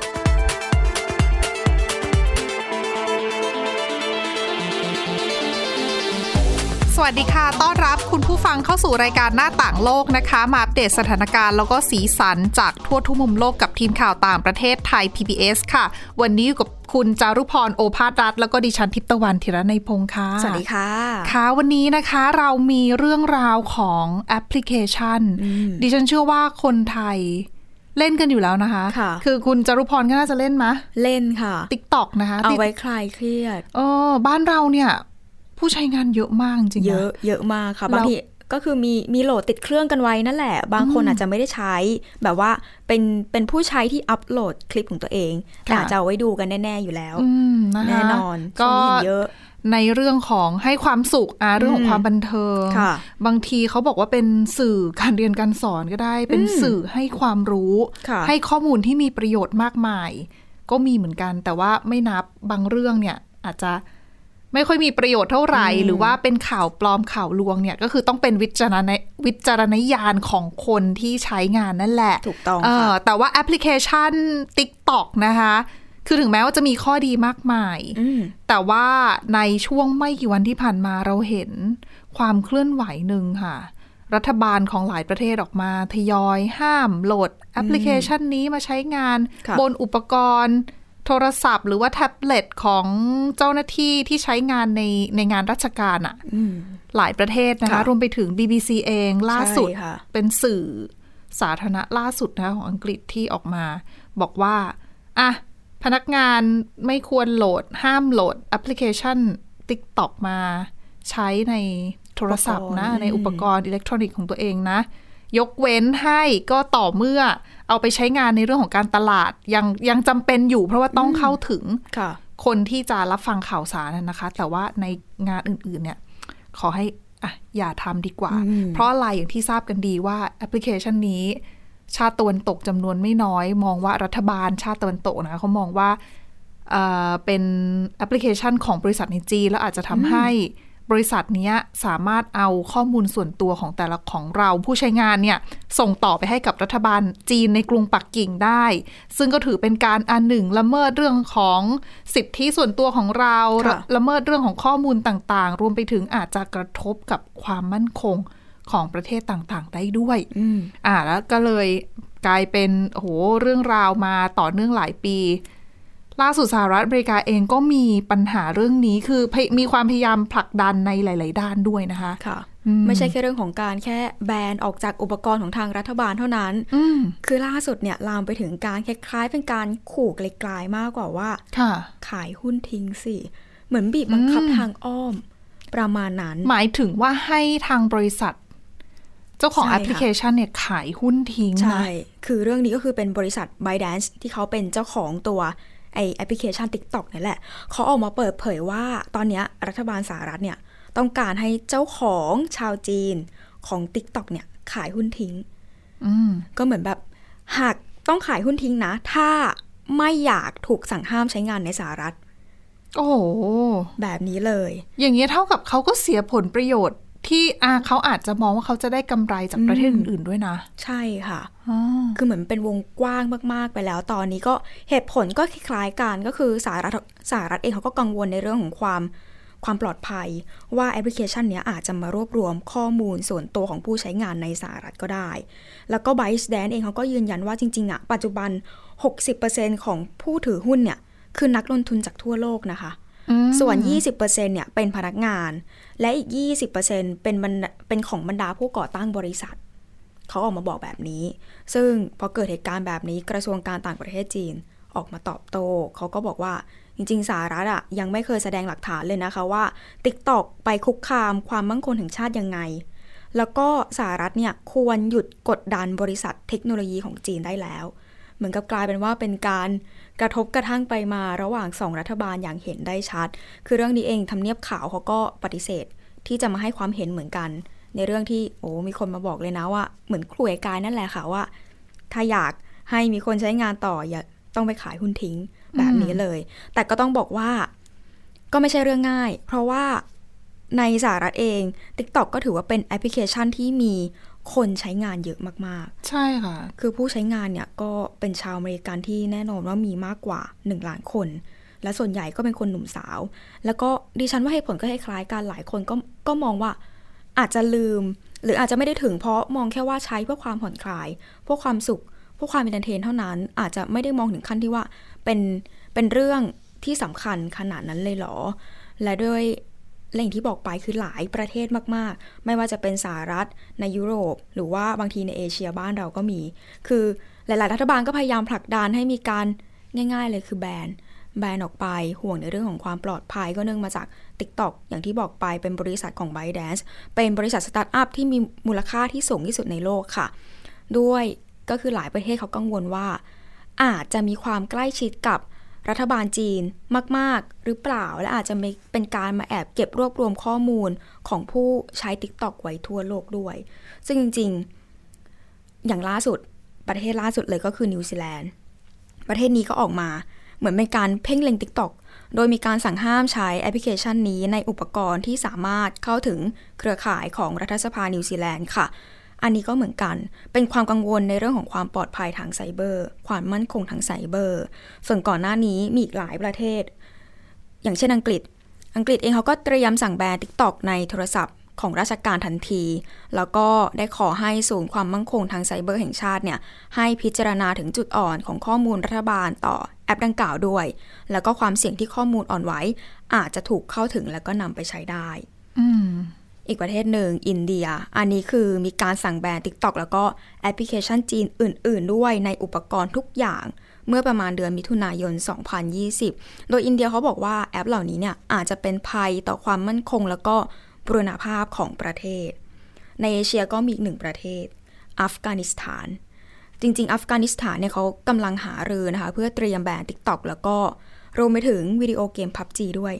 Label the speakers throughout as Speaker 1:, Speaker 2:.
Speaker 1: สวัสดีค่ะ ต้อนรับคุณผู้ฟังเข้าสู่รายการหน้าต่างโลกนะคะ มาอัปเดตสถานการณ์แล้วก็สีสันจากทั่วทุกมุมโลกกับทีมข่าวต่างประเทศไทย PBS ค่ะ วันนี้อยู่กับคุณจารุพร โอภาสรัฐ แล้วก็ดิฉันทิพย์ตะวันธีระในยพงค์ค่ะ
Speaker 2: สวัสดีค่ะ
Speaker 1: ค่ะวันนี้นะคะเรามีเรื่องราวของแอปพลิเคชัน
Speaker 2: อืม
Speaker 1: ดิฉันเชื่อว่าคนไทยเล่นกันอยู่แล้วนะคะ
Speaker 2: ค่ะ
Speaker 1: อคุณจารุพรก็น่าจะเล่นมะ
Speaker 2: เล่นค่ะ
Speaker 1: ติ๊กตอกนะคะ
Speaker 2: เอาไว้คลายเครียด
Speaker 1: เออบ้านเราเนี่ย ผู้ใช้งานเยอะมากจริงๆน
Speaker 2: เยอะเยอะมากค่ะ
Speaker 1: เรา
Speaker 2: บางทีก็คือมีมีโหลดติดเครื่องกันไว้นั่นแหละ บางคนอาจจะไม่ได้ใช้ แบบว่าเป็นเป็นผู้ใช้ที่อัปโหลดคลิปของตัวเอง แต่
Speaker 1: ค่ะ
Speaker 2: อาจจะเอาไว้ดูกันแน่ ๆ อยู่แล้ว
Speaker 1: อืมนะคะ
Speaker 2: แน่นอนช่ว
Speaker 1: ก็
Speaker 2: งนี้เห็นเยอะ
Speaker 1: ในเรื่องของให้ความสุขอ่ะเรื่องของ
Speaker 2: อืม
Speaker 1: ความบันเทิง
Speaker 2: ค่ะ
Speaker 1: บางทีเขาบอกว่าเป็นสื่อการเรียนการสอนก็ได้ เป็น
Speaker 2: อืม
Speaker 1: สื่อให้ความรู้
Speaker 2: ค่ะ
Speaker 1: ให้ข้อมูลที่มีประโยชน์มากมาย ก็มีเหมือนกัน แต่ว่าไม่นับบางเรื่องเนี่ยอาจจะไม่ค่อยมีประโยชน์เท่าไหร่ หรือว่าเป็นข่าวปลอมข่าวลวงเนี่ยก็คือต้องเป็นวิจารณวิจารณญาณของคนที่ใช้งานนั่นแหละ
Speaker 2: ถูกต้อง
Speaker 1: เอ
Speaker 2: ค่ะ
Speaker 1: อแต่ว่าแอปพลิเคชัน TikTok นะคะ คือถึงแม้ว่าจะมีข้อดีมากมาย
Speaker 2: อืม
Speaker 1: แต่ว่าในช่วงไม่กี่วันที่ผ่านมาเราเห็นความเคลื่อนไหวหนึ่งค่ะ รัฐบาลของหลายประเทศออกมา ทยอยห้ามโหลดแอปพลิเคชันนี้มาใช้งาน
Speaker 2: ค่ะ
Speaker 1: บนอุปกรณ์ โทรศัพท์ หรือว่าแท็บเล็ตของเจ้าหน้าที่ที่ใช้งานในในงานราชการอะ
Speaker 2: อืม
Speaker 1: หลายประเทศนะคะ
Speaker 2: ค่ะ
Speaker 1: รวมไปถึง BBC เองล่าสุด
Speaker 2: ใช่ค่ะ
Speaker 1: เป็นสื่อสาธารณะล่าสุดนะคะของอังกฤษที่ออกมา บอกว่าอ่ะพนักงานไม่ควรโหลด ห้ามโหลดแอปพลิเคชัน TikTok มา ใช้ในโทรศัพท์นะ
Speaker 2: อุปกรณ์
Speaker 1: ในอุปกรณ์
Speaker 2: อืม
Speaker 1: อิเล็กทรอนิกส์ของตัวเองนะ ยกเว้นให้ก็ต่อเมื่อเอาไปใช้งานในเรื่องของการตลาด ยังยังจำเป็นอยู่เพราะว่าต้องเข้าถึง
Speaker 2: ค่ะ
Speaker 1: คนที่จะรับฟังข่าวสารน่ะนะคะ แต่ว่าในงานอื่นๆเนี่ย ขอให้อ่ะอย่าทำดีกว่า
Speaker 2: อืม
Speaker 1: เพราะอะไรอย่างที่ทราบกันดีว่าแอปพลิเคชันนี้ ชาติตะวันตกจำนวนไม่น้อย มองว่ารัฐบาลชาติตะวันตกนะคะเขามองว่าเอ่อเป็นแอปพลิเคชันของบริษัทในจีนแล้วอาจจะทำให้บริษัทเนี้ยสามารถเอาข้อมูลส่วนตัวของแต่ละของเราผู้ใช้งานเนี่ย ส่งต่อไปให้กับรัฐบาลจีนในกรุงปักกิ่งได้ ซึ่งก็ถือเป็นการอันหนึ่งละเมิดเรื่องของสิทธิส่วนตัวของเรา
Speaker 2: ค่ะ
Speaker 1: ละเมิดเรื่องของข้อมูลต่างๆ รวมไปถึงอาจจะกระทบกับความมั่นคงของประเทศต่างๆ ได้ด้วย
Speaker 2: อืม
Speaker 1: อ่าแล้วก็เลยกลายเป็นโอ้โหเรื่องราวมาต่อเนื่องหลายปี ล่าสุดสหรัฐอเมริกาเองก็มีปัญหาเรื่องนี้คือพยมีความพยายามผลักดันในหลาย ๆ ด้านด้วยนะคะ
Speaker 2: ค่ะ
Speaker 1: อืม
Speaker 2: ไม่ใช่แค่เรื่องของการแค่แบนออกจากอุปกรณ์ของทางรัฐบาลเท่านั้น
Speaker 1: อืม
Speaker 2: คือล่าสุดเนี่ยลามไปถึงการคล้ายๆ เป็นการขู่ไกลๆมากกว่าว่า
Speaker 1: ค่ะ
Speaker 2: ขายหุ้นทิ้งสิ เหมือนบีบบังคับ
Speaker 1: อืม
Speaker 2: ทางอ้อม ประมาณนั้น
Speaker 1: หมายถึงว่าให้ทางบริษัท เจ้าของแอ
Speaker 2: ใช่
Speaker 1: ป
Speaker 2: ค่ะ
Speaker 1: พลิเคชันเนี่ยขายหุ้นทิ้งน
Speaker 2: ใช่
Speaker 1: ะ
Speaker 2: คือเรื่องนี้ก็คือเป็นบริษัท ByteDance ที่เขาเป็นเจ้าของตัวไอแอปพลิเคชัน TikTok นี่แหละ เขาออกมาเปิดเผยว่าตอนเนี้ยรัฐบาลสหรัฐเนี่ย ต้องการให้เจ้าของชาวจีนของ TikTok เนี่ย ขายหุ้นทิ้ง
Speaker 1: อืม
Speaker 2: ก็เหมือนแบบหากต้องขายหุ้นทิ้งนะ ถ้าไม่อยากถูกสั่งห้ามใช้งานในสหรัฐ
Speaker 1: โอ้โห
Speaker 2: แบบนี้เลย
Speaker 1: อย่างนี้ยเท่ากับเขาก็เสียผลประโยชน์ ที่อาเขาอาจจะมองว่าเขาจะได้กำไรจากประเทศ
Speaker 2: อืม
Speaker 1: อื่น ๆ ด้วยนะ
Speaker 2: ใช่ค่ะ
Speaker 1: อ่า
Speaker 2: คือเหมือนเป็นวงกว้างมาก ๆ ไปแล้ว ตอนนี้ก็เหตุผลก็คล้าย ๆกันก็คือสหรัฐสหรัฐเองเขาก็กังวลในเรื่องของความความปลอดภัย ว่าแอปพลิเคชันเนี้ยอาจจะมารวบรวมข้อมูลส่วนตัวของผู้ใช้งานในสหรัฐก็ได้ แล้วก็ ByteDance เองเขาก็ยืนยันว่าจริง ๆ อ่ะ ปัจจุบัน 60%ของผู้ถือหุ้นเนี่ย คือนักลงทุนจากทั่วโลกนะคะ
Speaker 1: อืม
Speaker 2: ส่วน 20%เนี่ยเป็นพนักงาน และอีก 20%เป็นบรรดาเป็นของบรรดาผู้ก่อตั้งบริษัท เขาออกมาบอกแบบนี้ ซึ่งพอเกิดเหตุการณ์แบบนี้กระทรวงการต่างประเทศจีนออกมาตอบโต้เขาก็บอกว่าจริงๆสหรัฐอะยังไม่เคยแสดงหลักฐานเลยนะคะว่า TikTok ไปคุกคามความมั่งคงแห่งชาติยังไง แล้วก็สหรัฐเนี่ยควรหยุดกดดันบริษัทเทคโนโลยีของจีนได้แล้ว เหมือนกับกลายเป็นว่าเป็นการกระทบกระทั่งไปมาระหว่างสองรัฐบาลอย่างเห็นได้ชัด คือเรื่องนี้เองทำเนียบขาวเขาก็ปฏิเสธที่จะมาให้ความเห็นเหมือนกัน ในเรื่องที่โอ้มีคนมาบอกเลยนะว่าเหมือนคลุยกายนั่นแหละค่ะว่า ถ้าอยากให้มีคนใช้งานต่ออย่าต้องไปขายหุ้นทิ้งแบบนี้เลย แต่ก็ต้องบอกว่าก็ไม่ใช่เรื่องง่าย เพราะว่า ในสหรัฐเอง TikTok ก็ถือว่าเป็นแอปพลิเคชันที่มีคนใช้งานเยอะมาก
Speaker 1: ใช่ค่ะ
Speaker 2: ๆ คือผู้ใช้งานเนี่ยก็เป็นชาวอเมริกันที่แน่นอนว่ามีมากกว่า 1 ล้านคน และส่วนใหญ่ก็เป็นคนหนุ่มสาว แล้วก็ดิฉันว่าเหตุผลก็คล้ายๆกันหลายคนก็ก็มองว่าอาจจะลืม หรืออาจจะไม่ได้ถึงเพราะมองแค่ว่าใช้เพื่อความผ่อนคลายเพื่อความสุขเพื่อความเป็นเอนเทนเท่านั้น อาจจะไม่ได้มองถึงขั้นที่ว่าเป็นเป็นเรื่องที่สำคัญขนาดนั้นเลยเหรอ และด้วยและอย่างที่บอกไปคือหลายประเทศมากๆ ไม่ว่าจะเป็นสหรัฐในยุโรป หรือว่าบางทีในเอเชียบ้านเราก็มี คือหลาย ๆ รัฐบาลก็พยายามผลักดันให้มีการง่าย ๆ เลยคือแบน แบนออกไปห่วงในเรื่องของความปลอดภัยก็เนื่องมาจาก TikTok อย่างที่บอกไปเป็นบริษัทของ ByteDance เป็นบริษัทสตาร์ทอัพที่มีมูลค่าที่สูงที่สุดในโลกค่ะ ด้วยก็คือหลายประเทศเขากังวลว่า อาจจะมีความใกล้ชิดกับรัฐบาลจีนมาก ๆ หรือเปล่า และอาจจะมีเป็นการมาแอบเก็บรวบรวมข้อมูลของผู้ใช้ TikTok ไว้ทั่วโลกด้วย ซึ่งจริง ๆ อย่างล่าสุดประเทศล่าสุดเลยก็คือนิวซีแลนด์ ประเทศนี้ก็ออกมาเหมือนเป็นการเพ่งเล็ง TikTok โดยมีการสั่งห้ามใช้แอปพลิเคชันนี้ในอุปกรณ์ที่สามารถเข้าถึงเครือข่ายของรัฐสภานิวซีแลนด์ค่ะ อันนี้ก็เหมือนกัน เป็นความกังวลในเรื่องของความปลอดภัยทางไซเบอร์ ความมั่นคงทางไซเบอร์ ส่วนก่อนหน้านี้มีอีกหลายประเทศ อย่างเช่นอังกฤษ อังกฤษเองเขาก็เตรียมสั่งแบน TikTok ในโทรศัพท์ของราชการทันที แล้วก็ได้ขอให้ศูนย์ความมั่นคงทางไซเบอร์แห่งชาติเนี่ย ให้พิจารณาถึงจุดอ่อนของข้อมูลรัฐบาลต่อแอปดังกล่าวด้วย แล้วก็ความเสี่ยงที่ข้อมูลอ่อนไหวอาจจะถูกเข้าถึงแล้วก็นำไปใช้ได้
Speaker 1: อืม
Speaker 2: อีกประเทศหนึ่งอินเดีย อันนี้คือมีการสั่งแบน TikTok แล้วก็แอปพลิเคชันจีนอื่น ๆ ด้วยในอุปกรณ์ทุกอย่าง เมื่อประมาณเดือนมิถุนายน 2020 โดยอินเดียเขาบอกว่าแอปเหล่านี้เนี่ยอาจจะเป็นภัยต่อความมั่นคง แล้วก็บุรณภาพของประเทศ ในเอเชียก็มีอีกหนึ่งประเทศ อัฟกานิสถาน จริง ๆ อัฟกานิสถานเนี่ยเขากำลังหารือนะคะ เพื่อเตรียมแบน TikTok แล้วก็รวมไปถึงวิดีโอเกม PUBG ด้วย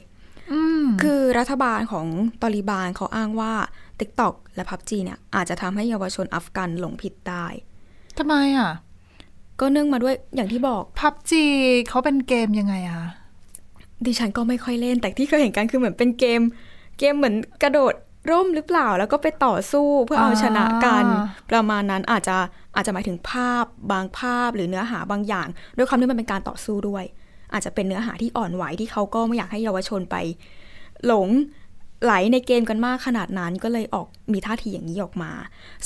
Speaker 1: อืม
Speaker 2: คือรัฐบาลของตอริบานเขาอ้างว่า TikTok และ PUBG เนี่ยอาจจะทำให้เยาวชนอัฟกันหลงผิดได้
Speaker 1: ทำไมอ่ะ
Speaker 2: ก็เนื่องมาด้วยอย่างที่บอก
Speaker 1: พับจีเขาเป็นเกมยังไงอะ
Speaker 2: ดิฉันก็ไม่ค่อยเล่น แต่ที่เคยเห็นกันคือเหมือนเป็นเกม เกมเหมือนกระโดดร่มหรือเปล่า แล้วก็ไปต่อสู้เพื่อเอา
Speaker 1: อ่า
Speaker 2: ชนะกัน ประมาณนั้นอาจจะอาจจะหมายถึงภาพบางภาพหรือเนื้อหาบางอย่าง ด้วยความที่มันเป็นการต่อสู้ด้วย อาจจะเป็นเนื้อหาที่อ่อนไหวที่เขาก็ไม่อยากให้เยาวชนไป หลงไหลในเกมกันมากขนาดนั้นก็เลยออกมีท่าทีอย่างนี้ออกมา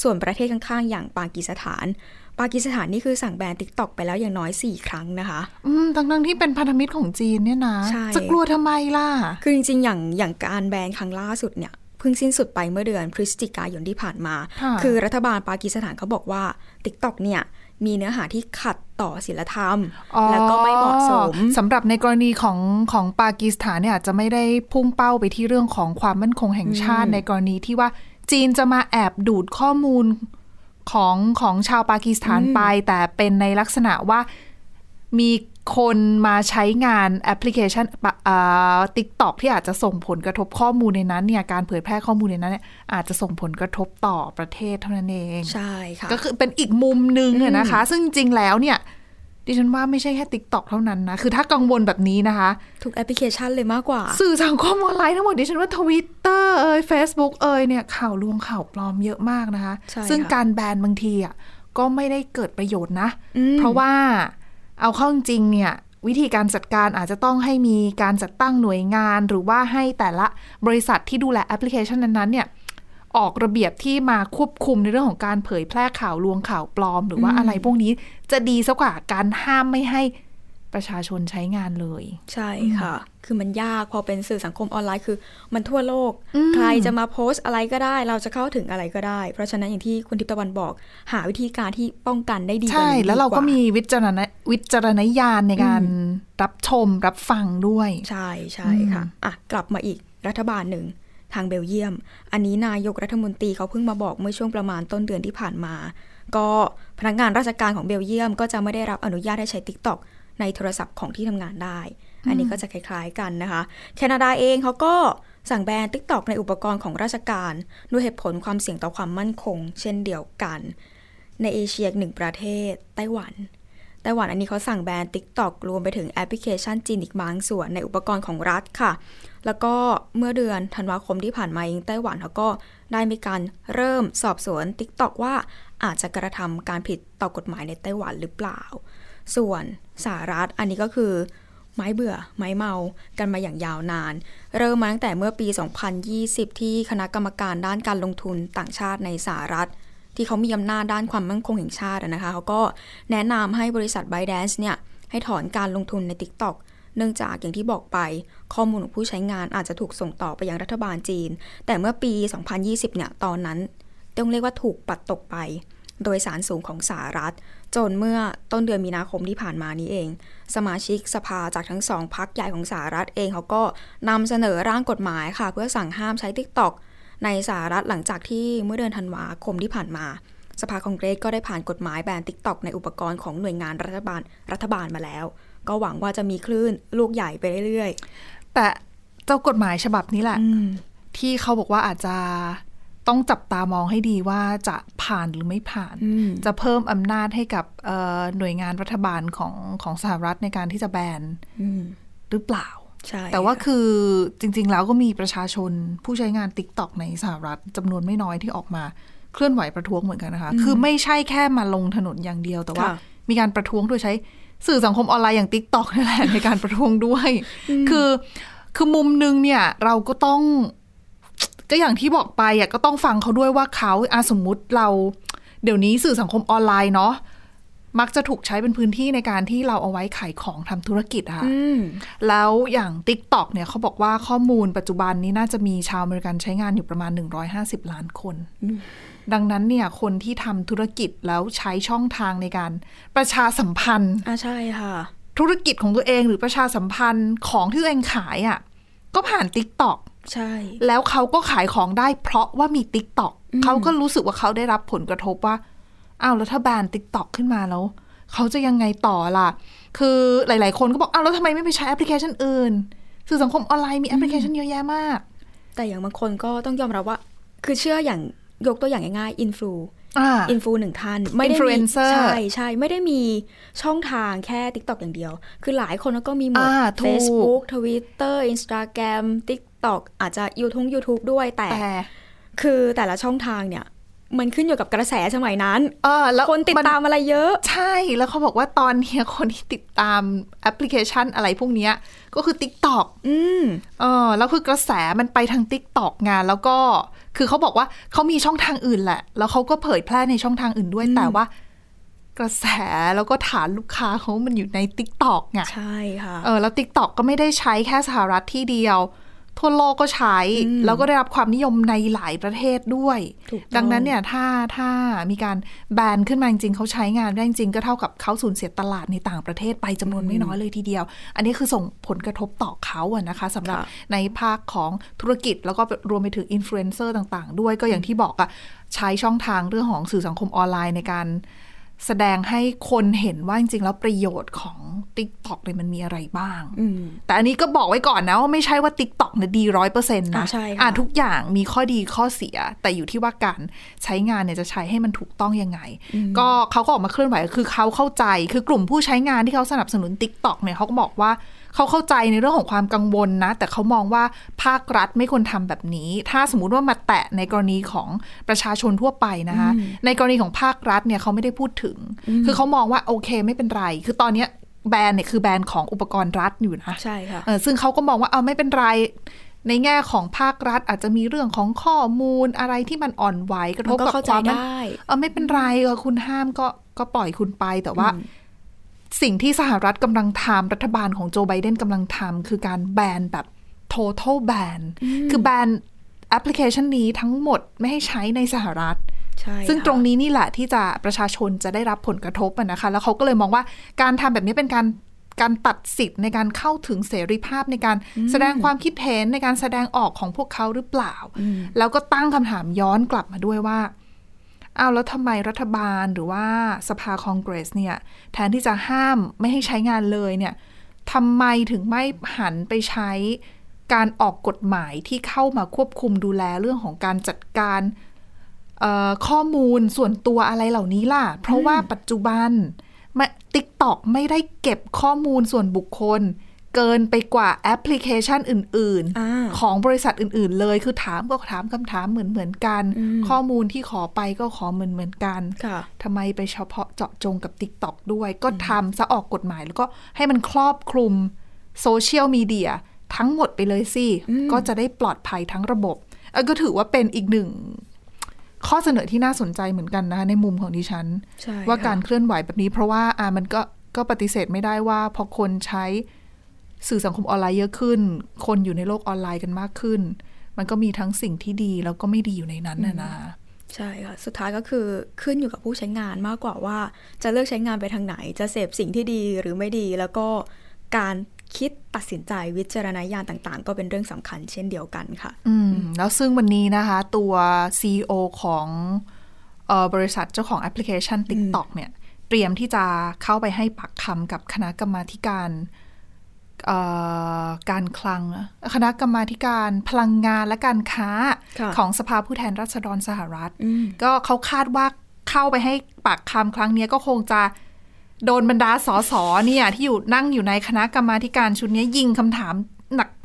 Speaker 2: ส่วนประเทศข้างๆ อย่างปากีสถาน ปากีสถานนี่คือสั่งแบนติ๊กต็อกไปแล้วอย่างน้อยสี่ครั้งนะคะ
Speaker 1: อืมทั้งทั้งๆที่เป็นพันธมิตรของจีนเนี่ยนะ
Speaker 2: ใช่
Speaker 1: จะกลัวทำไมล่ะ
Speaker 2: คือจริงๆ อย่างอย่างการแบนครั้งล่าสุดเนี่ยเพิ่งสิ้นสุดไปเมื่อเดือนพฤศจิกายนที่ผ่านมา
Speaker 1: ค่ะ
Speaker 2: คือรัฐบาลปากีสถานเขาบอกว่า TikTok เนี่ยมีเนื้อหาที่ขัดต่อศีลธรรม
Speaker 1: อ๋อ
Speaker 2: แล้วก็ไม่เหมาะสม
Speaker 1: สำหรับในกรณีของของปากีสถานเนี่ยอาจจะไม่ได้พุ่งเป้าไปที่เรื่องของความมั่นคงแห่งชาติในกรณีที่ว่าจีนจะมาแอบดูดข้อมูลของของชาวปากีสถานไป แต่เป็นในลักษณะว่ามีคนมาใช้งานแอปพลิเคชันติ๊กต็อกที่อาจจะส่งผลกระทบข้อมูลในนั้นเนี่ยการเผยแพร่ข้อมูลในนั้นเนี่ยอาจจะส่งผลกระทบต่อประเทศเท่านั้นเอง
Speaker 2: ใช่ค่ะ
Speaker 1: ก็คือเป็นอีกมุมหนึ่งอะนะคะ ซึ่งจริงๆแล้วเนี่ย ดิฉันว่าไม่ใช่แค่ติ๊กต็อกเท่านั้นนะ คือถ้ากังวลแบบนี้นะคะ
Speaker 2: ทุกแอปพลิเคชันเลยมากกว่า
Speaker 1: สื่อสังคมออนไลน์ทั้งหมดดิฉันว่าทวิตเตอร์เอ่ย Facebook เอ่ยเนี่ยข่าวลวงข่าวปลอมเยอะมากนะคะ
Speaker 2: ใช่ค่ะ
Speaker 1: ซึ่งการแบนบางทีอ่ะก็ไม่ได้เกิดประโยชน์นะ
Speaker 2: อืม
Speaker 1: เพราะว่าเอาเข้าจริงๆเนี่ย วิธีการจัดการอาจจะต้องให้มีการจัดตั้งหน่วยงาน หรือว่าให้แต่ละบริษัทที่ดูแลแอปพลิเคชันนั้นๆเนี่ยออกระเบียบที่มาควบคุมในเรื่องของการเผยแพร่ข่าวลวงข่าวปลอม หรือว่าอะไรพวกนี้จะดีซะกว่าการห้ามไม่ให้ประชาชนใช้งานเลย
Speaker 2: ใช่ค่ะ คือมันยากพอเป็นสื่อสังคมออนไลน์คือ มันทั่วโลก
Speaker 1: อืม
Speaker 2: ใครจะมาโพสต์อะไรก็ได้ เราจะเข้าถึงอะไรก็ได้ เพราะฉะนั้นอย่างที่คุณทิพย์ตะวันบอก หาวิธีการที่ป้องกันได้ดีกว่า
Speaker 1: ใช่
Speaker 2: นี้
Speaker 1: แล้วเรา
Speaker 2: ดีว่
Speaker 1: ก็มีวิจารณวิจารณญาณในการรับชมรับฟังด้วย
Speaker 2: ใช่ใช่ค่ะอ่ะ กลับมาอีกรัฐบาลหนึ่งทางเบลเยียม อันนี้นายกรัฐมนตรีเขาเพิ่งมาบอกเมื่อช่วงประมาณต้นเดือนที่ผ่านมา ก็พนักงานราชการของเบลเยียม ก็จะไม่ได้รับอนุญาตให้ใช้ TikTok ในโทรศัพท์ของที่ทำงานได้ อันนี้ก็จะคล้ายๆกันนะคะ แคนาดาเองเขาก็สั่งแบน TikTok ในอุปกรณ์ของราชการด้วยเหตุผลความเสี่ยงต่อความมั่นคง เช่นเดียวกัน ในเอเชียอีกหนึ่งประเทศไต้หวัน ไต้หวันอันนี้เขาสั่งแบน TikTok รวมไปถึงแอปพลิเคชันจีนอีกบางส่วนในอุปกรณ์ของรัฐค่ะ แล้วก็เมื่อเดือนธันวาคมที่ผ่านมาเองไต้หวันเขาก็ได้มีการเริ่มสอบสวน TikTok ว่าอาจจะกระทำการผิดต่อกฎหมายในไต้หวันหรือเปล่า ส่วนสหรัฐอันนี้ก็คือ ไม้เบื่อ ไม้เมากันมาอย่างยาวนาน เริ่มมาตั้งแต่เมื่อปี 2020 ที่คณะกรรมการด้านการลงทุนต่างชาติในสหรัฐ ที่เขามีอำนาจด้านความมั่นคงแห่งชาติอะนะคะเขาก็แนะนำให้บริษัท b บ d a n c e เนี่ยให้ถอนการลงทุนใน TikTok เนื่องจากอย่างที่บอกไป ข้อมูลของผู้ใช้งานอาจจะถูกส่งต่อไปยังรัฐบาลจีน แต่เมื่อปี 2020 เนี่ยตอนนั้น ต้องเรียกว่าถูกปัดตกไป โดยสารสูงของสหรัฐ จนเมื่อต้นเดือนมีนาคมที่ผ่านมานี้เอง สมาชิกสภาจากทั้งสองพักใหญ่ของสหรัฐเองเขาก็นำเสนอร่างกฎหมายค่ะ เพื่อสั่งห้ามใช้ TikTok ในสหรัฐหลังจากที่เมื่อเดือนธันวาคมที่ผ่านมา สภาคองเกรสก็ได้ผ่านกฎหมายแบน TikTok ในอุปกรณ์ของหน่วยงานรัฐบาลรัฐบาลมาแล้ว ก็หวังว่าจะมีคลื่นลูกใหญ่ไปเรื่อย
Speaker 1: แต่เจ้ากฎหมายฉบับนี้แห
Speaker 2: ๆ
Speaker 1: ละ
Speaker 2: อืม
Speaker 1: ที่เขาบอกว่าอาจจะต้องจับตามองให้ดีว่าจะผ่านหรือไม่ผ่าน
Speaker 2: อืม
Speaker 1: จะเพิ่มอำนาจให้กับเอ่อหน่วยงานรัฐบาลของของสหรัฐในการที่จะแบน
Speaker 2: อืม
Speaker 1: หรือเปล่า
Speaker 2: ใช่
Speaker 1: แต่ว่า
Speaker 2: ค่ะ
Speaker 1: คือจริง ๆ แล้วก็มีประชาชนผู้ใช้งาน TikTok ในสหรัฐจำนวนไม่น้อยที่ออกมาเคลื่อนไหวประท้วงเหมือนกันนะคะ คือไม่ใช่แค่มาลงถนนอย่างเดียว แต่ว่า
Speaker 2: ค่ะ
Speaker 1: มีการประท้วงโดยใช้สื่อสังคมออนไลน์อย่าง TikTok นี่แหละ ในการประท้วงด้วย คือคือมุมหนึงเนี่ยเราก็ต้อง ก็อย่างที่บอกไปอ่ะก็ต้องฟังเขาด้วยว่าเขาอาสมมุติเรา เดี๋ยวนี้สื่อสังคมออนไลน์เนาะมักจะถูกใช้เป็นพื้นที่ในการที่เราเอาไว้ขายของทำธุรกิจอะค่ะ
Speaker 2: อืม
Speaker 1: แล้วอย่าง TikTok เนี่ยเขาบอกว่าข้อมูลปัจจุบันนี้น่าจะมีชาวอเมริกันใช้งานอยู่ประมาณ 150 ล้านคน
Speaker 2: อืม
Speaker 1: ดังนั้นเนี่ยคนที่ทำธุรกิจแล้วใช้ช่องทางในการประชาสัมพันธ์
Speaker 2: อ่าใช่ค่ะ
Speaker 1: ธุรกิจของตัวเองหรือประชาสัมพันธ์ของที่ตัวเองขายอะ่ะก็ผ่าน TikTok
Speaker 2: ใช่
Speaker 1: แล้วเขาก็ขายของได้เพราะว่ามี TikTok เขาก็รู้สึกว่าเขาได้รับผลกระทบว่า อ้าวแล้วถ้าแบน TikTok ขึ้นมาแล้ว เขาจะยังไงต่อล่ะ คือหลาย ๆ คนก็บอก อ้าวแล้วทำไมไม่ไปใช้แอปพลิเคชันอื่น สื่อสังคมออนไลน์มีแอปพลิเคชันเยอะแยะมาก
Speaker 2: แต่อย่างบางคนก็ต้องยอมรับว่า คือเชื่ออย่างยกตัวอย่างง่ายๆอินฟลู
Speaker 1: อ่า
Speaker 2: อินฟลูหนึ่งท่านได้มี
Speaker 1: Influencer
Speaker 2: ใช่ใช่ไม่ได้มีช่องทางแค่ TikTok อย่างเดียว คือหลายคนก็มีหมด
Speaker 1: อ่าถูก
Speaker 2: Facebook Twitter Instagram TikTok อาจจะ YouTube YouTube ด้วยแต่
Speaker 1: แต่
Speaker 2: คือแต่ละช่องทางเนี่ย มันขึ้นอยู่กับกระแสสมัยนั้น
Speaker 1: เออแล้ว
Speaker 2: คนติด
Speaker 1: มัน
Speaker 2: ตามอะไรเยอะ
Speaker 1: ใช่แล้วเขาบอกว่าตอนเนี้ย คนที่ติดตามแอปพลิเคชันอะไรพวกเนี้ยก็คือ TikTok
Speaker 2: อืม
Speaker 1: เออแล้วคือกระแสมันไปทางติ๊กตอกงานแล้วก็คือเขาบอกว่าเขามีช่องทางอื่นแหละ แล้วเขาก็เผยแพร่ในช่องทางอื่นด้วย แต่ว่า กระแสแล้วก็ฐานลูกค้าเขามันอยู่ในติ๊กตอกไง
Speaker 2: ใช่ค่ะ
Speaker 1: เออแล้วติ๊กตอกก็ไม่ได้ใช้แค่สหรัฐที่เดียว ทั่วโลกก็ใช้ แล้วก็ได้รับความนิยมในหลายประเทศด้วย
Speaker 2: ถูกต้อง
Speaker 1: ดังนั้นเนี่ยถ้าถ้ามีการแบนขึ้นมาจริงๆเขาใช้งานได้จริงก็เท่ากับเขาสูญเสียตลาดในต่างประเทศไปจำนวนไม่น้อยเลยทีเดียว อันนี้คือส่งผลกระทบต่อเขาอะนะคะสำหรับ
Speaker 2: ค่ะ
Speaker 1: ในภาคของธุรกิจแล้วก็รวมไปถึงอินฟลูเอนเซอร์ต่างๆ ด้วยก็อย่างที่บอกอะใช้ช่องทางเรื่องของสื่อสังคมออนไลน์ในการ แสดงให้คนเห็นว่าจริงๆแล้วประโยชน์ของ TikTok เนี่ยมันมีอะไรบ้าง
Speaker 2: อืม
Speaker 1: แต่อันนี้ก็บอกไว้ก่อนนะว่าไม่ใช่ว่า t ิ k t o k เนี่ยดีร้อยเปอร์เซ็นต์นะ
Speaker 2: อ่าใช่ค่ะ
Speaker 1: อ่าทุกอย่างมีข้อดีข้อเสีย แต่อยู่ที่ว่าการใช้งานเนี่ยจะใช้ให้มันถูกต้องยังไง ก็เขาก็ออกมาเคลื่อนไหวคือเขาเข้าใจคือกลุ่มผู้ใช้งานที่เขาสนับสนุน t ิ k t o k เนี่ยเขาก็บอกว่าเขาเข้าใจในเรื่องของความกังวลนะ แต่เขามองว่าภาครัฐไม่ควรทำแบบนี้ ถ้าสมมติว่ามาแตะในกรณีของประชาชนทั่วไปนะคะในกรณีของภาครัฐเนี่ยเขาไม่ได้พูดถึง คือเขามองว่าโอเคไม่เป็นไร คือตอนเนี้ยแบรนด์เนี่ยคือแบรนด์ของอุปกรณ์รัฐอยู่นะ
Speaker 2: ใช่ค่ะ
Speaker 1: เออซึ่งเขาก็มองว่าเอาไม่เป็นไร ในแง่ของภาครัฐอาจจะมีเรื่องของข้อมูลอะไรที่มันอ่อนไหวกระท
Speaker 2: มั
Speaker 1: บ
Speaker 2: นก็
Speaker 1: กับ
Speaker 2: เข้า
Speaker 1: ค
Speaker 2: ใจ
Speaker 1: วามมั่น
Speaker 2: ได้
Speaker 1: เออไม่เป็นไรเออคุณห้ามก็ก็ปล่อยคุณไปแต่ว่า สิ่งที่สหรัฐกำลังทำรัฐบาลของโจไบเดนกำลังทำคือการแบนแบบ total ban คือแบนแอปพลิเคชันนี้ทั้งหมดไม่ให้ใช้ในสหรัฐ
Speaker 2: ใช่
Speaker 1: ซึ่ง
Speaker 2: ค่ะ
Speaker 1: ตรงนี้นี่แหละที่จะประชาชนจะได้รับผลกระทบอะนะคะ แล้วเขาก็เลยมองว่าการทำแบบนี้เป็นการการตัดสิทธิ์ในการเข้าถึงเสรีภาพในการแสดงความคิดเห็นในการแสดงออกของพวกเขาหรือเปล่า แล้วก็ตั้งคำถามย้อนกลับมาด้วยว่าอ้าวแล้วทำไมรัฐบาลหรือว่าสภาคองเกรสเนี่ยแทนที่จะห้ามไม่ให้ใช้งานเลยเนี่ยทำไมถึงไม่หันไปใช้การออกกฎหมายที่เข้ามาควบคุมดูแลเรื่องของการจัดการ เอ่อข้อมูลส่วนตัวอะไรเหล่านี้ล่ะ เพราะว่าปัจจุบันติ๊กต็อกไม่ได้เก็บข้อมูลส่วนบุคคล เกินไปกว่าแอปพลิเคชันอื่น
Speaker 2: อ่า
Speaker 1: ๆ ของบริษัทอื่น ๆ เลย คือถามก็ถามคำถามเหมือนเหมือนๆกัน
Speaker 2: อืม
Speaker 1: ข้อมูลที่ขอไปก็ขอเหมือนเหมือนๆกัน
Speaker 2: ค่ะ
Speaker 1: ทำไมไปเฉพาะเจาะจงกับ TikTok ด้วย ก็ทำซะออกกฎหมาย แล้วก็ให้มันครอบคลุมโซเชียลมีเดียทั้งหมดไปเลยสิ ก็จะได้ปลอดภัยทั้งระบบเอ้ยก็ถือว่าเป็นอีกหนึ่ง ข้อเสนอที่น่าสนใจเหมือนกันนะคะในมุมของดิฉัน
Speaker 2: ใช่
Speaker 1: ว่า
Speaker 2: ค่ะ
Speaker 1: การเคลื่อนไหวแบบนี้เพราะว่าอ่ามันก็ก็ปฏิเสธไม่ได้ว่าพอคนใช้สื่อสังคมออนไลน์เยอะขึ้น คนอยู่ในโลกออนไลน์กันมากขึ้น มันก็มีทั้งสิ่งที่ดีแล้วก็ไม่ดีอยู่ในนั้นนะนะ
Speaker 2: ใช่ค่ะ สุดท้ายก็คือขึ้นอยู่กับผู้ใช้งานมากกว่าว่า จะเลือกใช้งานไปทางไหน จะเสพสิ่งที่ดีหรือไม่ดี แล้วก็การคิดตัดสินใจวิจารณญาณต่างๆ ก็เป็นเรื่องสำคัญเช่นเดียวกันค่ะ
Speaker 1: อืมแล้วซึ่งวันนี้นะคะ ตัว CEO ของเอ่อบริษัทเจ้าของแอปพลิเคชัน TikTok เนี่ย เตรียมที่จะเข้าไปให้ปากคำกับคณะกรรมาธิการเอ่อการคลัง คณะกรรมาธิการพลังงานและการค้า
Speaker 2: ค่ะ
Speaker 1: ของสภาผู้แทนราษฎรสหรัฐ
Speaker 2: อืม
Speaker 1: ก็เขาคาดว่าเข้าไปให้ปากคำครั้งเนี้ยก็คงจะโดนบรรดาสสเนี่ยที่อยู่นั่งอยู่ในคณะกรรมาธิการชุดเนี้ยยิงคำถาม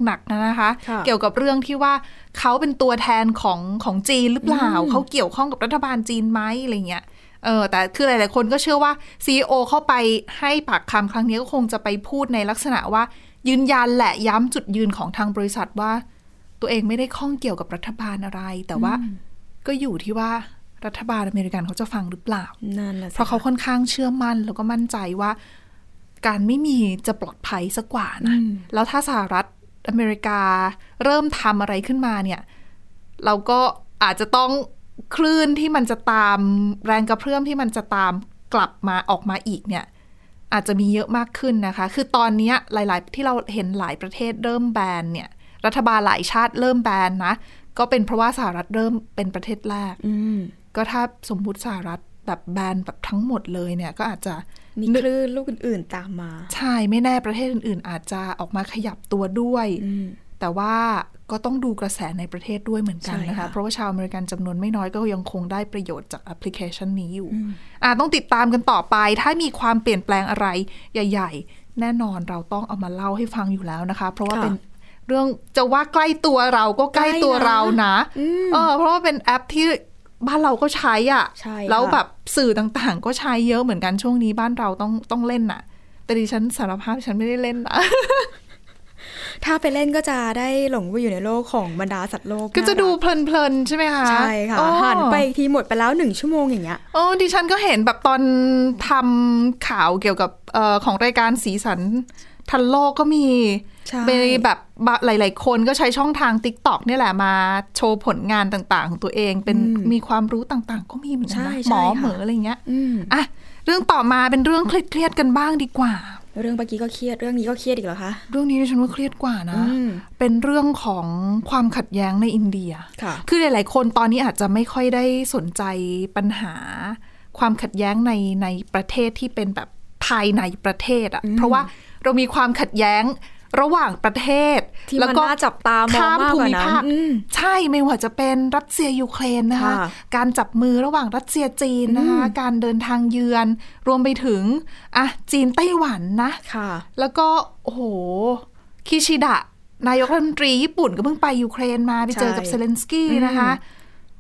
Speaker 1: หนักๆนะคะ
Speaker 2: ค่ะ
Speaker 1: เกี่ยวกับเรื่องที่ว่าเขาเป็นตัวแทนของของจีนหรือเปล่า เขาเกี่ยวข้องกับรัฐบาลจีนไหมอะไรเงี้ยเออแต่คือหลายๆคนก็เชื่อว่าซีอเข้าไปให้ปากคำครั้งเนี้ยก็คงจะไปพูดในลักษณะว่า ยืนยันแหละย้ำจุดยืนของทางบริษัทว่า ตัวเองไม่ได้ข้องเกี่ยวกับรัฐบาลอะไร แต่ว่าก็อยู่ที่ว่ารัฐบาลอเมริกันเขาจะฟังหรือเปล่า
Speaker 2: นั่นนะสิ
Speaker 1: เพราะเขาค่อนข้างเชื่อมั่นแล้วก็มั่นใจว่า การไม่มีจะปลอดภัยสักกว่านะ แล้วถ้าสหรัฐอเมริกาเริ่มทำอะไรขึ้นมาเนี่ย เราก็อาจจะต้องคลื่นที่มันจะตามแรงกระเพื่อมที่มันจะตามกลับมาออกมาอีกเนี่ย อาจจะมีเยอะมากขึ้นนะคะ คือตอนเนี้ยหลาย ๆ ที่เราเห็นหลายประเทศเริ่มแบนเนี่ย รัฐบาลหลายชาติเริ่มแบนนะ ก็เป็นเพราะว่าสหรัฐเริ่มเป็นประเทศแรก
Speaker 2: อืม
Speaker 1: ก็ถ้าสมมุติสหรัฐแบบแบนแบบทั้งหมดเลยเนี่ยก็อาจจะ
Speaker 2: มีคลื่นลูกอื่นๆตามมา
Speaker 1: ใช่ไม่แน่ประเทศอื่น ๆ อาจจะออกมาขยับตัวด้วย
Speaker 2: อืม
Speaker 1: แต่ว่าก็ต้องดูกระแสในประเทศด้วยเหมือนกัน
Speaker 2: ใช่
Speaker 1: นะคะ
Speaker 2: ค่ะ
Speaker 1: เพราะว่าชาวอเมริกันจำนวนไม่น้อยก็ยังคงได้ประโยชน์จากแอปพลิเคชันนี้อยู่อ่ะต้องติดตามกันต่อไป ถ้ามีความเปลี่ยนแปลงอะไรใหญ่ ๆ แน่นอนเราต้องเอามาเล่าให้ฟังอยู่แล้วนะคะ เพราะว่า
Speaker 2: ค่ะ
Speaker 1: เป็นเรื่องจะว่าใกล้ตัวเราก็ใกล้
Speaker 2: ใกล้นะ
Speaker 1: ตัวเรานะเออเพราะว่าเป็นแอปที่บ้านเราก็ใช้อ่ะ
Speaker 2: ใช่ค่ะ
Speaker 1: แล้วแบบสื่อต่างๆ ก็ใช้เยอะเหมือนกันช่วงนี้บ้านเราต้องต้องเล่นน่ะ แต่ดิฉันสารภาพดิฉันไม่ได้เล่นนะ
Speaker 2: ถ้าไปเล่นก็จะได้หลงไปอยู่ในโลกของบรรดาสัตว์โลก
Speaker 1: ก็จะดู
Speaker 2: น่ารั
Speaker 1: เพลินๆใช่ไหมคะ
Speaker 2: ใช่ค่ะ
Speaker 1: อ๋อ
Speaker 2: หันไปอีกทีหมดไปแล้วหนึ่งชั่วโมงอย่างเงี้ย
Speaker 1: โอ้ดิฉันก็เห็นแบบตอนทำข่าวเกี่ยวกับเออของรายการสีสันทันโลกก็มี
Speaker 2: ใช่
Speaker 1: มีแบบหลาย ๆ คนก็ใช้ช่องทาง t ิ k t o k นี่ยแหละมาโชว์ผลงานต่างๆ ของตัวเองเป็นมีความรู้ต่างๆ ก็มีเหมือนกัน
Speaker 2: ใช่
Speaker 1: นะ
Speaker 2: ใช่
Speaker 1: หมอ
Speaker 2: ค่ะ
Speaker 1: เหมออะไรเงี้ย
Speaker 2: อืม
Speaker 1: อ่ะเรื่องต่อมาเป็นเรื่องเครียดๆกันบ้างดีกว่า
Speaker 2: เรื่องเมื่อกี้ก็เครียดเรื่องนี้ก็เครียดอีกเหรอคะ
Speaker 1: เรื่องนี้ดิฉันว่าเครียดกว่านะ
Speaker 2: อืม
Speaker 1: เป็นเรื่องของความขัดแย้งในอินเดีย
Speaker 2: ค่ะ
Speaker 1: อหลาย ๆ คนตอนนี้อาจจะไม่ค่อยได้สนใจปัญหา ความขัดแย้งในในประเทศที่เป็นแบบภายในประเทศอะเพราะว่าเรามีความขัดแย้งระหว่างประเทศ
Speaker 2: ที่มันน่าจับตามอง
Speaker 1: ข้าม
Speaker 2: มาก
Speaker 1: ภู
Speaker 2: กว่า
Speaker 1: มิ
Speaker 2: นั้น
Speaker 1: ภาค
Speaker 2: อืม
Speaker 1: ใช่ไม่ว่าจะเป็นรัสเซียยูเครนนะคะ
Speaker 2: ค่ะ
Speaker 1: การจับมือระหว่างรัสเซียจีนนะคะ การเดินทางเยือน รวมไปถึงอ่ะจีนไต้หวันนะ
Speaker 2: ค่ะ
Speaker 1: แล้วก็โอ้โห คิชิดะ นายกรัฐมนตรีญี่ปุ่นก็เพิ่งไปยูเครนมาไปเจอกับ
Speaker 2: ใช่
Speaker 1: เซเลนสกี้นะคะ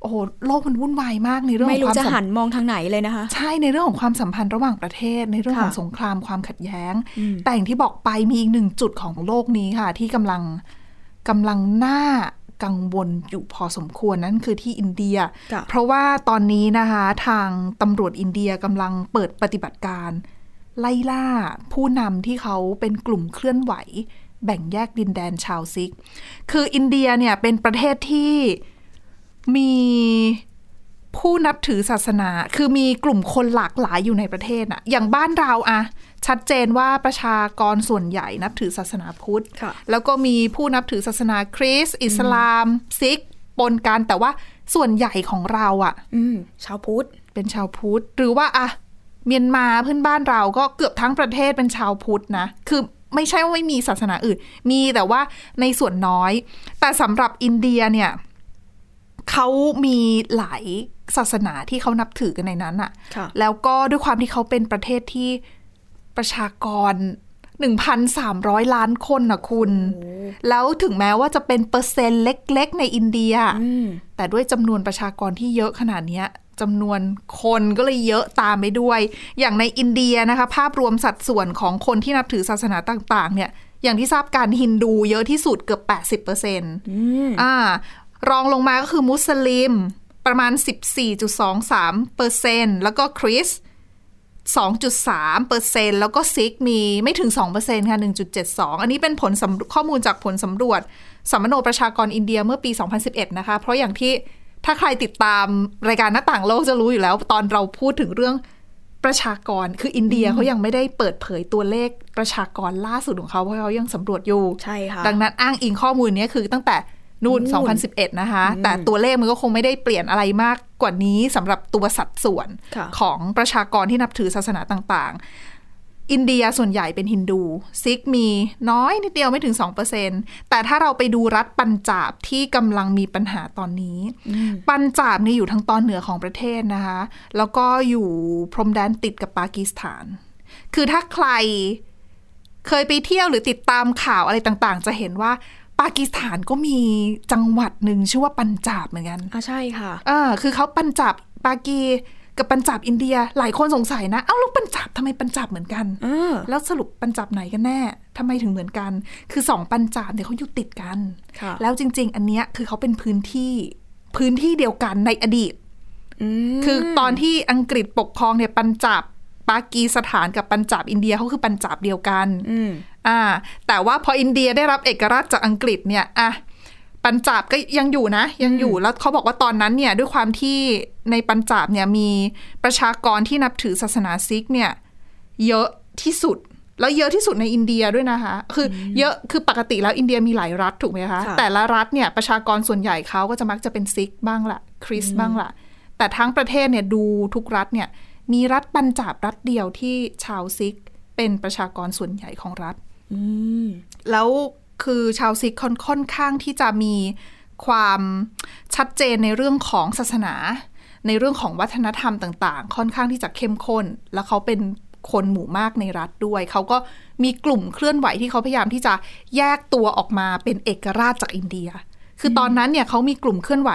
Speaker 1: โอ้โห โลกมันวุ่นวายมากในเรื่องข
Speaker 2: ไม่
Speaker 1: อง
Speaker 2: รู้
Speaker 1: ความ
Speaker 2: จะ
Speaker 1: สัม
Speaker 2: หันมองทางไหนเลยนะคะ
Speaker 1: ใช่ในเรื่องของความสัมพันธ์ระหว่างประเทศ ในเรื่องของ
Speaker 2: ค่ะ
Speaker 1: สงครามความขัดแย้ง
Speaker 2: อืม
Speaker 1: แต่อย่างที่บอกไปมีอีกหนึ่งจุดของโลกนี้ค่ะ ที่กำลังกำลังน่ากังวลอยู่พอสมควรนั่นคือที่อินเดีย
Speaker 2: ค่ะ
Speaker 1: เพราะว่าตอนนี้นะคะทางตำรวจอินเดียกำลังเปิดปฏิบัติการ ไล่ล่าผู้นำที่เขาเป็นกลุ่มเคลื่อนไหว แบ่งแยกดินแดนชาวซิก คืออินเดียเนี่ยเป็นประเทศที่มีผู้นับถือศาสนา คือมีกลุ่มคนหลากหลายอยู่ในประเทศน่ะอย่างบ้านเราอะชัดเจนว่าประชากรส่วนใหญ่นับถือศาสนาพุทธ
Speaker 2: ค่ะ
Speaker 1: แล้วก็มีผู้นับถือศาสนาคริสต์อิสลาม ซิก ปนกัน แต่ว่าส่วนใหญ่ของเราอะ
Speaker 2: อืมชาวพุทธ
Speaker 1: เป็นชาวพุทธ หรือว่าอะเมียนมาเพื่อนบ้านเราก็เกือบทั้งประเทศเป็นชาวพุทธนะ คือไม่ใช่ว่าไม่มีศาสนาอื่น มีแต่ว่าในส่วนน้อย แต่สำหรับอินเดียเนี่ย เขามีหลายศาสนาที่เขานับถือกันในนั้นอะ
Speaker 2: ค่ะ
Speaker 1: แล้วก็ด้วยความที่เขาเป็นประเทศที่ประชากร 1,300 ล้านคนนะคุณ แล้วถึงแม้ว่าจะเป็นเปอร์เซ็นต์เล็กๆ ในอินเดีย
Speaker 2: อืม
Speaker 1: แต่ด้วยจำนวนประชากรที่เยอะขนาดเนี้ยจำนวนคนก็เลยเยอะตามไปด้วย อย่างในอินเดียนะคะ ภาพรวมสัดส่วนของคนที่นับถือศาสนาต่างๆ เนี่ย อย่างที่ทราบการฮินดูเยอะที่สุดเกือบ 80%อ
Speaker 2: อืม
Speaker 1: ่ารองลงมาก็คือมุสลิมประมาณ 14.23%แล้วก็คริสต์2.3%แล้วก็ซิกมีไม่ถึง 2%ค่ะ 1.72 อันนี้เป็นผลสำรวจข้อมูลจากผลสำรวจสัมมโนประชากรอินเดียเมื่อปี 2011 นะคะ เพราะอย่างที่ถ้าใครติดตามรายการหน้าต่างโลกจะรู้อยู่แล้ว ตอนเราพูดถึงเรื่องประชากร คืออินเดียเขายังไม่ได้เปิดเผยตัวเลขประชากรล่าสุดของเขาเพราะเขายังสำรวจอยู่
Speaker 2: ใช่ค่ะ
Speaker 1: ดังนั้นอ้างอิงข้อมูลเนี้ยคือตั้งแต่นู่น
Speaker 2: นู่น
Speaker 1: 2011 นะคะ แต่ตัวเลขมันก็คงไม่ได้เปลี่ยนอะไรมากกว่านี้สำหรับตัวสัดส่วน
Speaker 2: ค่ะ
Speaker 1: ของประชากรที่นับถือศาสนาต่างๆ อินเดียส่วนใหญ่เป็นฮินดูซิกมีน้อยนิดเดียวไม่ถึง 2%แต่ถ้าเราไปดูรัฐปัญจาบที่กำลังมีปัญหาตอนนี้ ปัญจาบเนี่ยอยู่ทางตอนเหนือของประเทศนะคะ แล้วก็อยู่พรมแดนติดกับปากีสถาน คือถ้าใคร เคยไปเที่ยวหรือติดตามข่าวอะไรต่างๆ จะเห็นว่าปากีสถานก็มีจังหวัดหนึ่งชื่อว่าปัญจาบเหมือนกัน
Speaker 2: อ่ะใช่ค่ะ
Speaker 1: เออคือเขาปัญจาบปากีกับปัญจาบอินเดีย หลายคนสงสัยนะ เอ้าแล้วปัญจาบทำไมปัญจาบเหมือนกัน
Speaker 2: เออ
Speaker 1: แล้วสรุปปัญจาบไหนกันแน่ทำไมถึงเหมือนกัน คือสองปัญจาบเนี่ยเขาอยู่ติดกัน
Speaker 2: ค่ะ
Speaker 1: แล้วจริง ๆ อันเนี้ยคือเขาเป็นพื้นที่พื้นที่เดียวกันในอดีต
Speaker 2: อืม
Speaker 1: คือตอนที่อังกฤษปกครองเนี่ยปัญจาบปากีสถานกับปัญจาบอินเดียเขาคือปัญจาบเดียวกัน
Speaker 2: อืม
Speaker 1: อ่าแต่ว่าพออินเดียได้รับเอกราชจากอังกฤษเนี่ยอ่ะปัญจาบก็ยังอยู่นะ ยังอยู่แล้วเขาบอกว่าตอนนั้นเนี่ยด้วยความที่ในปัญจาบเนี่ยมีประชากรที่นับถือศาสนาซิกเนี่ยเยอะที่สุด แล้วเยอะที่สุดในอินเดียด้วยนะคะ คืออเยอะคือปกติแล้วอินเดียมีหลายรัฐถูกไหมคะ
Speaker 2: ค่ะ
Speaker 1: แต่ละรัฐเนี่ยประชากรส่วนใหญ่เขาก็จะมักจะเป็นซิกบ้างละคริสต์บ้างละแต่ทั้งประเทศเนี่ยดูทุกรัฐเนี่ยมีรัฐปัญจาบรัฐเดียวที่ชาวซิกเป็นประชากรส่วนใหญ่ของรัฐ
Speaker 2: อืม
Speaker 1: แล้วคือชาวซิกค่อนค่อนข้างที่จะมีความชัดเจนในเรื่องของศาสนา ในเรื่องของวัฒนธรรมต่างๆ ค่อนข้างที่จะเข้มข้น แล้วเขาเป็นคนหมู่มากในรัฐด้วย เขาก็มีกลุ่มเคลื่อนไหวที่เขาพยายามที่จะแยกตัวออกมาเป็นเอกราชจากอินเดีย คือตอนนั้นเนี่ยเขามีกลุ่มเคลื่อนไหว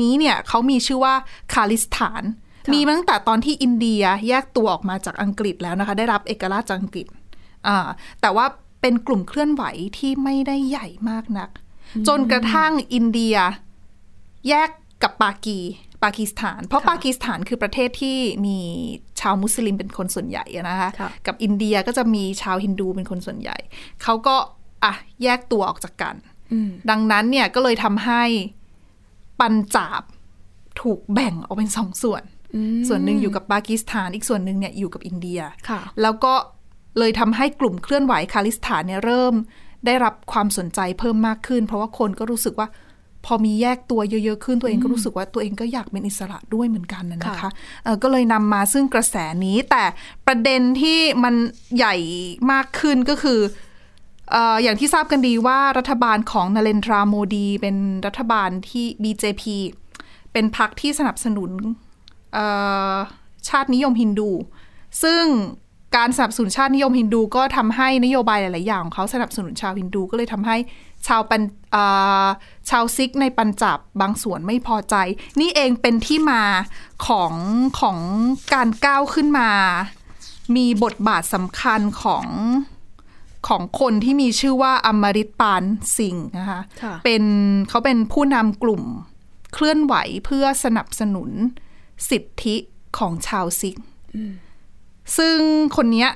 Speaker 1: นี้เนี่ยเขามีชื่อว่าคาลิสถาน
Speaker 2: ค่ะ
Speaker 1: มีมาตั้งแต่ตอนที่อินเดียแยกตัวออกมาจากอังกฤษแล้วนะคะ ได้รับเอกราชจากอังกฤษ อ่าแต่ว่าเป็นกลุ่มเคลื่อนไหวที่ไม่ได้ใหญ่มากนัก จนกระทั่งอินเดียแยกกับปากีปากีสถาน เพราะ
Speaker 2: ค่ะ
Speaker 1: ปากีสถานคือประเทศที่มีชาวมุสลิมเป็นคนส่วนใหญ่อะนะคะ
Speaker 2: ค่ะ
Speaker 1: กับอินเดียก็จะมีชาวฮินดูเป็นคนส่วนใหญ่เขาก็อ่ะแยกตัวออกจากกัน
Speaker 2: อืม
Speaker 1: ดังนั้นเนี่ยก็เลยทำให้ปัญจาบถูกแบ่งออกเป็นสองส่วน
Speaker 2: อืม
Speaker 1: ส่วนหนึ่งอยู่กับปากีสถานอีกส่วนหนึ่งเนี่ยอยู่กับอินเดีย
Speaker 2: ค่ะ
Speaker 1: แล้วก็เลยทำให้กลุ่มเคลื่อนไหวคาลิสถานเนี่ยเริ่มได้รับความสนใจเพิ่มมากขึ้น เพราะว่าคนก็รู้สึกว่าพอมีแยกตัวเยอะ ๆ ขึ้นตัวเองก็รู้สึกว่าตัวเองก็อยากเป็นอิสระด้วยเหมือนกันนะนะคะ
Speaker 2: ค่ะ
Speaker 1: เอ่อก็เลยนำมาซึ่งกระแสนี้แต่ประเด็นที่มันใหญ่มากขึ้นก็คือ เอ่ออย่างที่ทราบกันดีว่ารัฐบาลของนเรนทราโมดี เป็นรัฐบาลที่ BJP เป็นพรรคที่สนับสนุนเอ่อชาตินิยมฮินดู ซึ่งการสนับสนุนชาตินิยมฮินดูก็ทำให้นโยบายหลาย ๆ อย่างของเขาสนับสนุนชาวฮินดูก็เลยทำให้ชาวปันเอ่อชาวซิกในปัญจับบางส่วนไม่พอใจ นี่เองเป็นที่มาของของการก้าวขึ้นมา มีบทบาทสำคัญของ ของคนที่มีชื่อว่าอมริตปานสิงห์นะคะ
Speaker 2: ค่ะ
Speaker 1: เป็นเขาเป็นผู้นำกลุ่มเคลื่อนไหวเพื่อสนับสนุนสิทธิของชาวซิก ซึ่งคนเนี้ย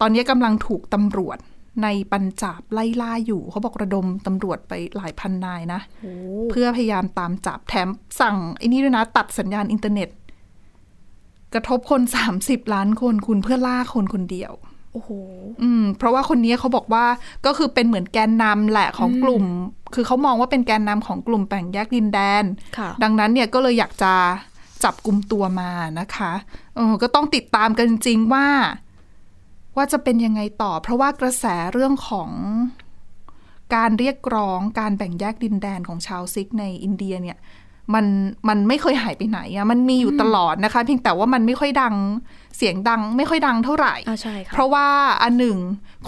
Speaker 1: ตอนเนี้ยกำลังถูกตำรวจในปัญจาบไล่ล่าอยู่ เขาบอกระดมตำรวจไปหลายพันนายนะ
Speaker 2: โอ้
Speaker 1: เพื่อพยายามตามจับแถมสั่งไอ้นี่ด้วยนะ ตัดสัญญาณอินเทอร์เน็ต กระทบคน 30 ล้านคนคุณเพื่อล่าคนคนเดียว
Speaker 2: โอ้โห
Speaker 1: อืมเพราะว่าคนนี้เขาบอกว่าก็คือเป็นเหมือนแกนนำแหละของกลุ่ม คือเขามองว่าเป็นแกนนำของกลุ่มแบ่งแยกดินแดน
Speaker 2: ค่ะ
Speaker 1: ดังนั้นเนี่ยก็เลยอยากจะจับกลุ่มตัวมานะคะเออก็ต้องติดตามกันจริงๆว่า ว่าจะเป็นยังไงต่อ เพราะว่ากระแสเรื่องของการเรียกร้องการแบ่งแยกดินแดนของชาวซิกในอินเดียเนี่ย มันมันไม่เคยหายไปไหนอะมันมีอยู่ตลอดนะคะ เพียงแต่ว่ามันไม่ค่อยดังเสียงดังไม่ค่อยดังเท่าไหร่
Speaker 2: อ่าใช่ค่ะ
Speaker 1: เพราะว่าอันหนึ่ง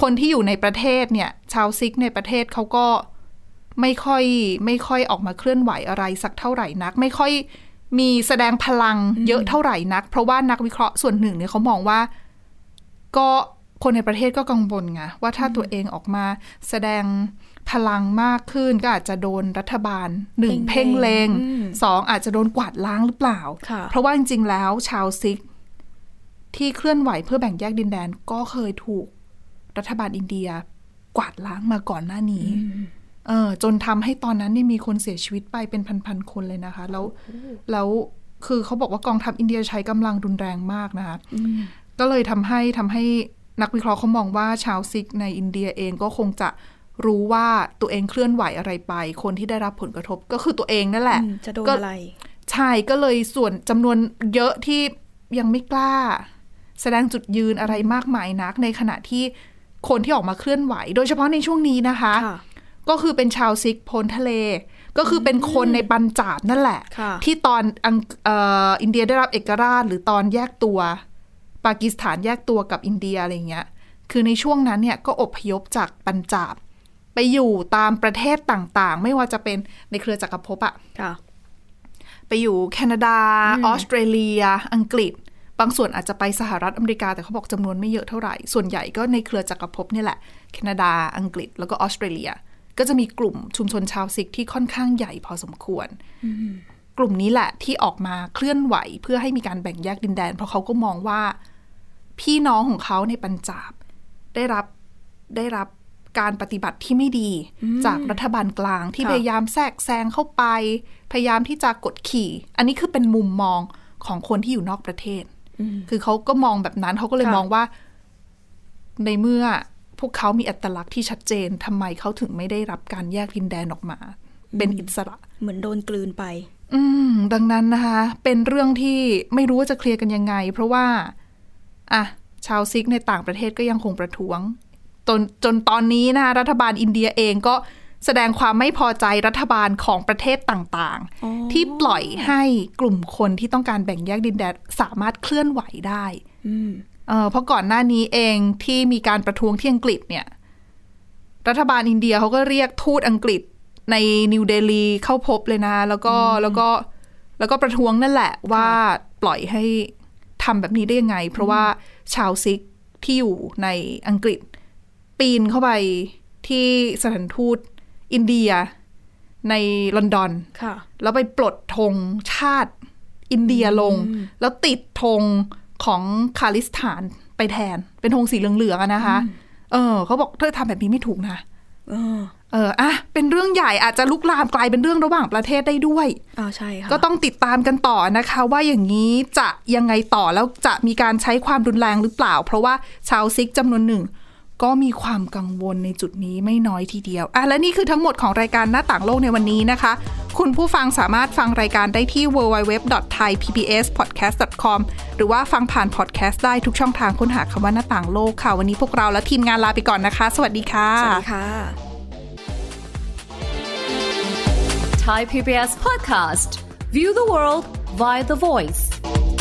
Speaker 1: คนที่อยู่ในประเทศเนี่ย ชาวซิกในประเทศเขาก็ไม่ค่อยไม่ค่อยออกมาเคลื่อนไหวอะไรสักเท่าไหร่นัก ไม่ค่อยมีแสดงพลังเยอะเท่าไหร่นัก เพราะว่านักวิเคราะห์ส่วนหนึ่งเนี่ยเขามองว่า ก็คนในประเทศก็กังวลไงว่าถ้าตัวเองออกมาแสดงพลังมากขึ้นก็อาจจะโดนรัฐบาลหนึ่ง
Speaker 2: เพ่
Speaker 1: เพ่
Speaker 2: ง
Speaker 1: ง
Speaker 2: เล็
Speaker 1: เล
Speaker 2: ง
Speaker 1: ง
Speaker 2: อืม
Speaker 1: สองอาจจะโดนกวาดล้างหรือเปล่า
Speaker 2: ค่ะ
Speaker 1: เพราะว่าจริงๆแล้วชาวซิก ที่เคลื่อนไหวเพื่อแบ่งแยกดินแดนก็เคยถูกรัฐบาลอินเดียกวาดล้างมาก่อนหน้านี้ เออจนทำให้ตอนนั้นเนี่ยมีคนเสียชีวิตไปเป็นพันๆคนเลยนะคะ แล้วแล้วคือเขาบอกว่ากองทัพอินเดียใช้กำลังรุนแรงมากนะคะ ก็เลยทำให้ทำให้นักวิเคราะห์เขามองว่าชาวซิกในอินเดียเองก็คงจะรู้ว่าตัวเองเคลื่อนไหวอะไรไป คนที่ได้รับผลกระทบก็คือตัวเองนั่นแหละ
Speaker 2: อืมจะโดน
Speaker 1: ก็
Speaker 2: อะไร
Speaker 1: ใช่ก็เลยส่วนจำนวนเยอะที่ยังไม่กล้า แสดงจุดยืนอะไรมากมายนัก ในขณะที่คนที่ออกมาเคลื่อนไหว โดยเฉพาะในช่วงนี้นะคะ
Speaker 2: ค่ะ
Speaker 1: ก็คือเป็นชาวซิกพลทะเล ก็คือเป็นคนในปัญจาบนั่นแหละ
Speaker 2: ค่ะ
Speaker 1: ที่ตอนอังเอ่ออินเดียได้รับเอกราช หรือตอนแยกตัว ปากีสถานแยกตัวกับอินเดียอะไรเงี้ยคือในช่วงนั้นเนี่ยก็อพยพจากปัญจาบ ไปอยู่ตามประเทศต่างๆ ไม่ว่าจะเป็นในเครือจักรภพอะ
Speaker 2: ค่ะ
Speaker 1: ไปอยู่แคนาดา ออสเตรเลีย อังกฤษ บางส่วนอาจจะไปสหรัฐอเมริกา แต่เขาบอกจำนวนไม่เยอะเท่าไหร่ ส่วนใหญ่ก็ในเครือจักรภพเนี่ยแหละ แคนาดา อังกฤษ แล้วก็ออสเตรเลีย ก็จะมีกลุ่มชุมชนชาวซิกที่ค่อนข้างใหญ่พอสมควร กลุ่มนี้แหละที่ออกมาเคลื่อนไหวเพื่อให้มีการแบ่งแยกดินแดน เพราะเขาก็มองว่า พี่น้องของเขาในปัญจาบ ได้รับได้รับการปฏิบัติที่ไม่ดี จากรัฐบาลกลางที่
Speaker 2: ค่ะ
Speaker 1: พยายามแทรกแซงเข้าไป พยายามที่จะกดขี่ อันนี้คือเป็นมุมมองของคนที่อยู่นอกประเทศ คือเขาก็มองแบบนั้นเขาก็เลย
Speaker 2: ค่ะ
Speaker 1: มองว่า ในเมื่อพวกเขามีอัตลักษณ์ที่ชัดเจนทำไมเขาถึงไม่ได้รับการแยกดินแดนออกมา เป็นอิสระ
Speaker 2: เหมือนโดนกลืนไป
Speaker 1: อืม ดังนั้นนะคะ เป็นเรื่องที่ไม่รู้ว่าจะเคลียร์กันยังไง เพราะว่า อ่ะ ชาวซิกในต่างประเทศก็ยังคงประท้วง จนจนตอนนี้นะคะรัฐบาลอินเดียเองก็แสดงความไม่พอใจรัฐบาลของประเทศต่าง
Speaker 2: อ๋อ
Speaker 1: ๆ ที่ปล่อยให้กลุ่มคนที่ต้องการแบ่งแยกดินแดนสามารถเคลื่อนไหวได้
Speaker 2: อืม
Speaker 1: เออเพราะก่อนหน้านี้เองที่มีการประท้วงที่อังกฤษเนี่ย รัฐบาลอินเดียเขาก็เรียกทูตอังกฤษในนิวเดลีเข้าพบเลยนะ แล้วก็แล้วก็แล้วก็ประท้วงนั่นแหละว่าปล่อยให้ทำแบบนี้ได้ยังไง เพราะว่าชาวซิกที่อยู่ในอังกฤษ ปีนเข้าไปที่สถานทูตอินเดียในลอนดอน
Speaker 2: ค่ะ
Speaker 1: แล้วไปปลดธงชาติอินเดียลง แล้วติดธงของคาลิสถานไปแทน เป็นธงสีเหลืองๆอะนะคะ เออเขาบอกเธอทำแบบนี้ไม่ถูกนะ
Speaker 2: เออ
Speaker 1: เอออ่ะเป็นเรื่องใหญ่อาจจะลุกลามกลายเป็นเรื่องระหว่างประเทศได้ด้วย
Speaker 2: อ่าใช่ค่ะ
Speaker 1: ก็ต้องติดตามกันต่อนะคะ ว่าอย่างนี้จะยังไงต่อแล้วจะมีการใช้ความรุนแรงหรือเปล่า เพราะว่าชาวซิกจำนวนหนึ่ง ก็มีความกังวลในจุดนี้ไม่น้อยทีเดียวอ่ะและนี่คือทั้งหมดของรายการหน้าต่างโลกในวันนี้นะคะ คุณผู้ฟังสามารถฟังรายการได้ที่ www.thaipbspodcast.com หรือว่าฟังผ่านพอดแคสต์ได้ทุกช่องทางค้นหาคำว่าหน้าต่างโลกค่ะ วันนี้พวกเราและทีมงานลาไปก่อนนะคะ สวัสดีค่ะ
Speaker 2: สวัสดีค่ะ
Speaker 3: Thai PBS podcast. View the world via the voice.